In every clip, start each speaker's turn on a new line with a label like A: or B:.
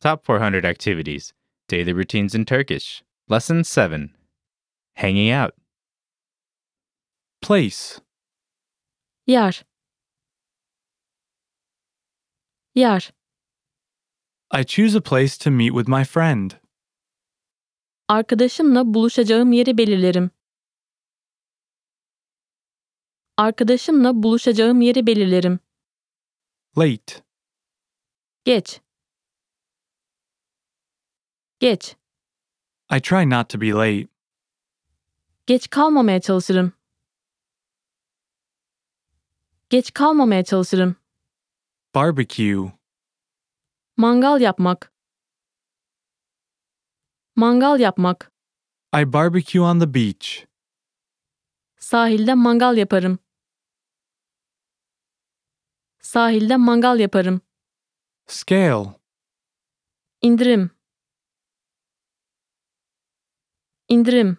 A: Top 400 activities. Daily routines in Turkish. Lesson 7. Hanging out.
B: Place.
C: Yer. Yer.
B: I choose a place to meet with my friend.
C: Arkadaşımla buluşacağım yeri belirlerim. Arkadaşımla buluşacağım yeri belirlerim.
B: Late.
C: Geç. Geç.
B: I try not to be late.
C: Geç kalmamaya çalışırım. Geç kalmamaya çalışırım.
B: Barbecue.
C: Mangal yapmak. Mangal yapmak.
B: I barbecue on the beach.
C: Sahilde mangal yaparım. Sahilde mangal yaparım.
B: Scale.
C: İndirim. İndirim.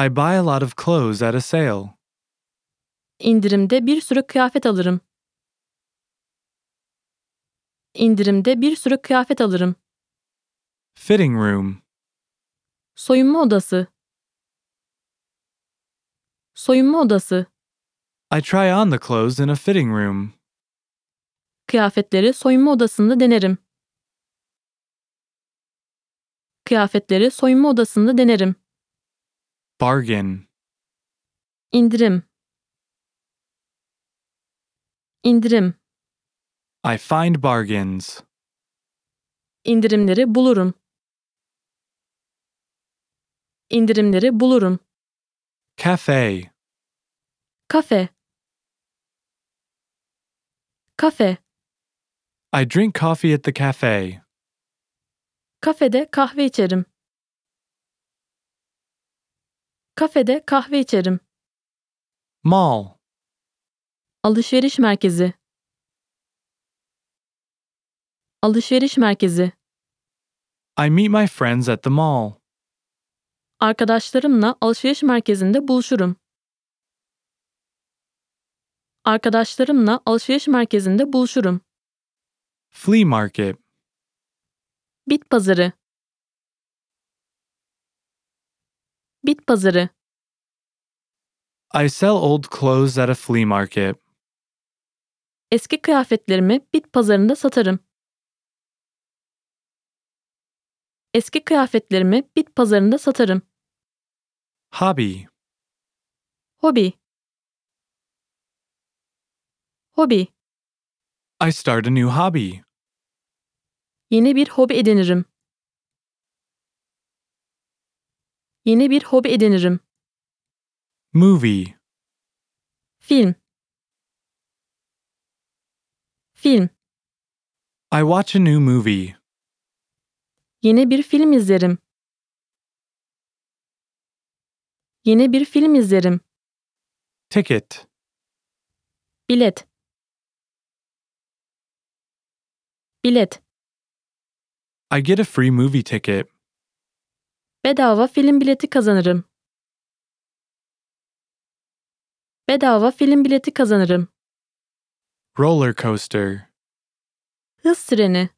B: I buy a lot of clothes at a sale.
C: İndirimde bir sürü kıyafet alırım. İndirimde bir sürü kıyafet alırım.
B: Fitting room.
C: Soyunma odası. Soyunma odası.
B: I try on the clothes in a fitting room.
C: Kıyafetleri soyunma odasında denerim. Kıyafetleri soyunma odasında denerim.
B: Bargain.
C: İndirim. İndirim.
B: I find bargains.
C: İndirimleri bulurum. İndirimleri bulurum.
B: Cafe.
C: Kafe. Kafe.
B: I drink coffee at the cafe.
C: Kafede kahve içerim. Kafede kahve içerim.
B: Mall.
C: Alışveriş merkezi. Alışveriş merkezi.
B: I meet my friends at the mall.
C: Arkadaşlarımla alışveriş merkezinde buluşurum. Arkadaşlarımla alışveriş merkezinde buluşurum.
B: Flea market.
C: Bit pazarı. Bit pazarı.
B: I sell old clothes at a flea market.
C: Eski kıyafetlerimi bit pazarında satarım. Eski kıyafetlerimi bit pazarında satarım.
B: Hobby.
C: Hobi. Hobi.
B: I start a new hobby.
C: Yeni bir hobi edinirim. Yeni bir hobi edinirim.
B: Movie.
C: Film. Film.
B: I watch a new movie.
C: Yeni bir film izlerim. Yeni bir film izlerim.
B: Ticket.
C: Bilet. Bilet.
B: I get a free movie ticket.
C: Bedava film bileti kazanırım. Bedava film bileti kazanırım.
B: Roller coaster.
C: Hız treni.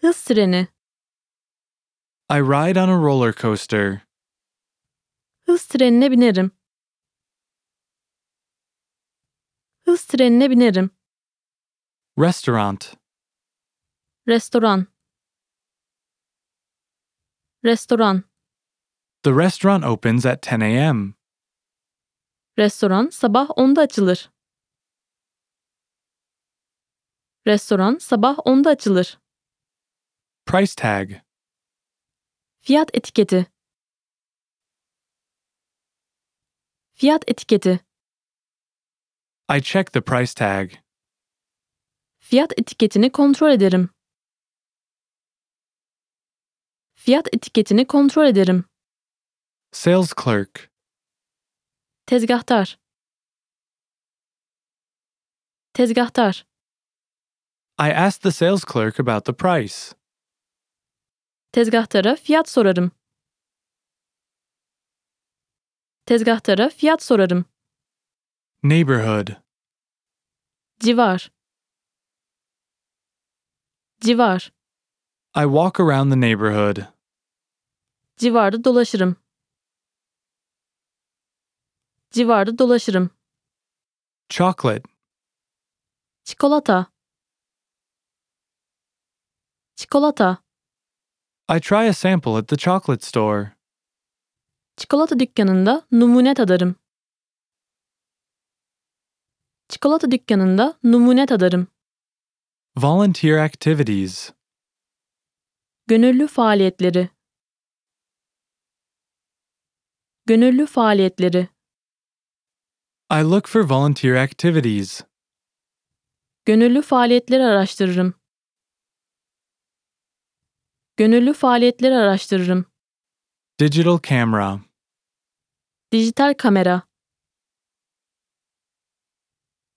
C: Hız treni.
B: I ride on a roller coaster.
C: Hız trenine binerim. Hız trenine binerim.
B: Restaurant.
C: Restoran. Restoran.
B: The restaurant opens at 10 a.m.
C: Restoran sabah 10'da açılır. Restoran sabah 10'da açılır.
B: Price tag.
C: Fiyat etiketi. Fiyat etiketi.
B: I check the price tag.
C: Fiyat etiketini kontrol ederim. Fiyat etiketini kontrol ederim.
B: Sales clerk.
C: Tezgahtar. Tezgahtar.
B: I ask the sales clerk about the price.
C: Tezgahtara fiyat sorarım. Tezgahtara fiyat sorarım.
B: Neighborhood.
C: Civar. Civar.
B: I walk around the neighborhood.
C: Civarda dolaşırım. Civarda dolaşırım.
B: Chocolate.
C: Çikolata. Çikolata.
B: I try a sample at the chocolate store.
C: Çikolata dükkanında numune tadarım. Çikolata dükkanında numune tadarım.
B: Volunteer activities.
C: Gönüllü faaliyetleri. Gönüllü faaliyetleri.
B: I look for volunteer activities.
C: Gönüllü faaliyetleri araştırırım. Gönüllü faaliyetleri araştırırım.
B: Digital camera.
C: Dijital kamera.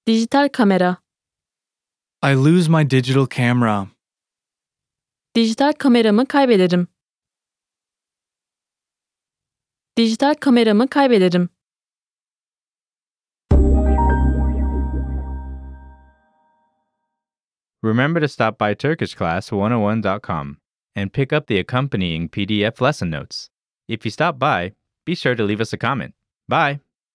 C: Dijital kamera.
B: I lose my digital camera.
C: Dijital kameramı kaybederim. Dijital kameramı kaybederim.
A: Remember to stop by TurkishClass101.com and pick up the accompanying PDF lesson notes. If you stop by, be sure to leave us a comment. Bye!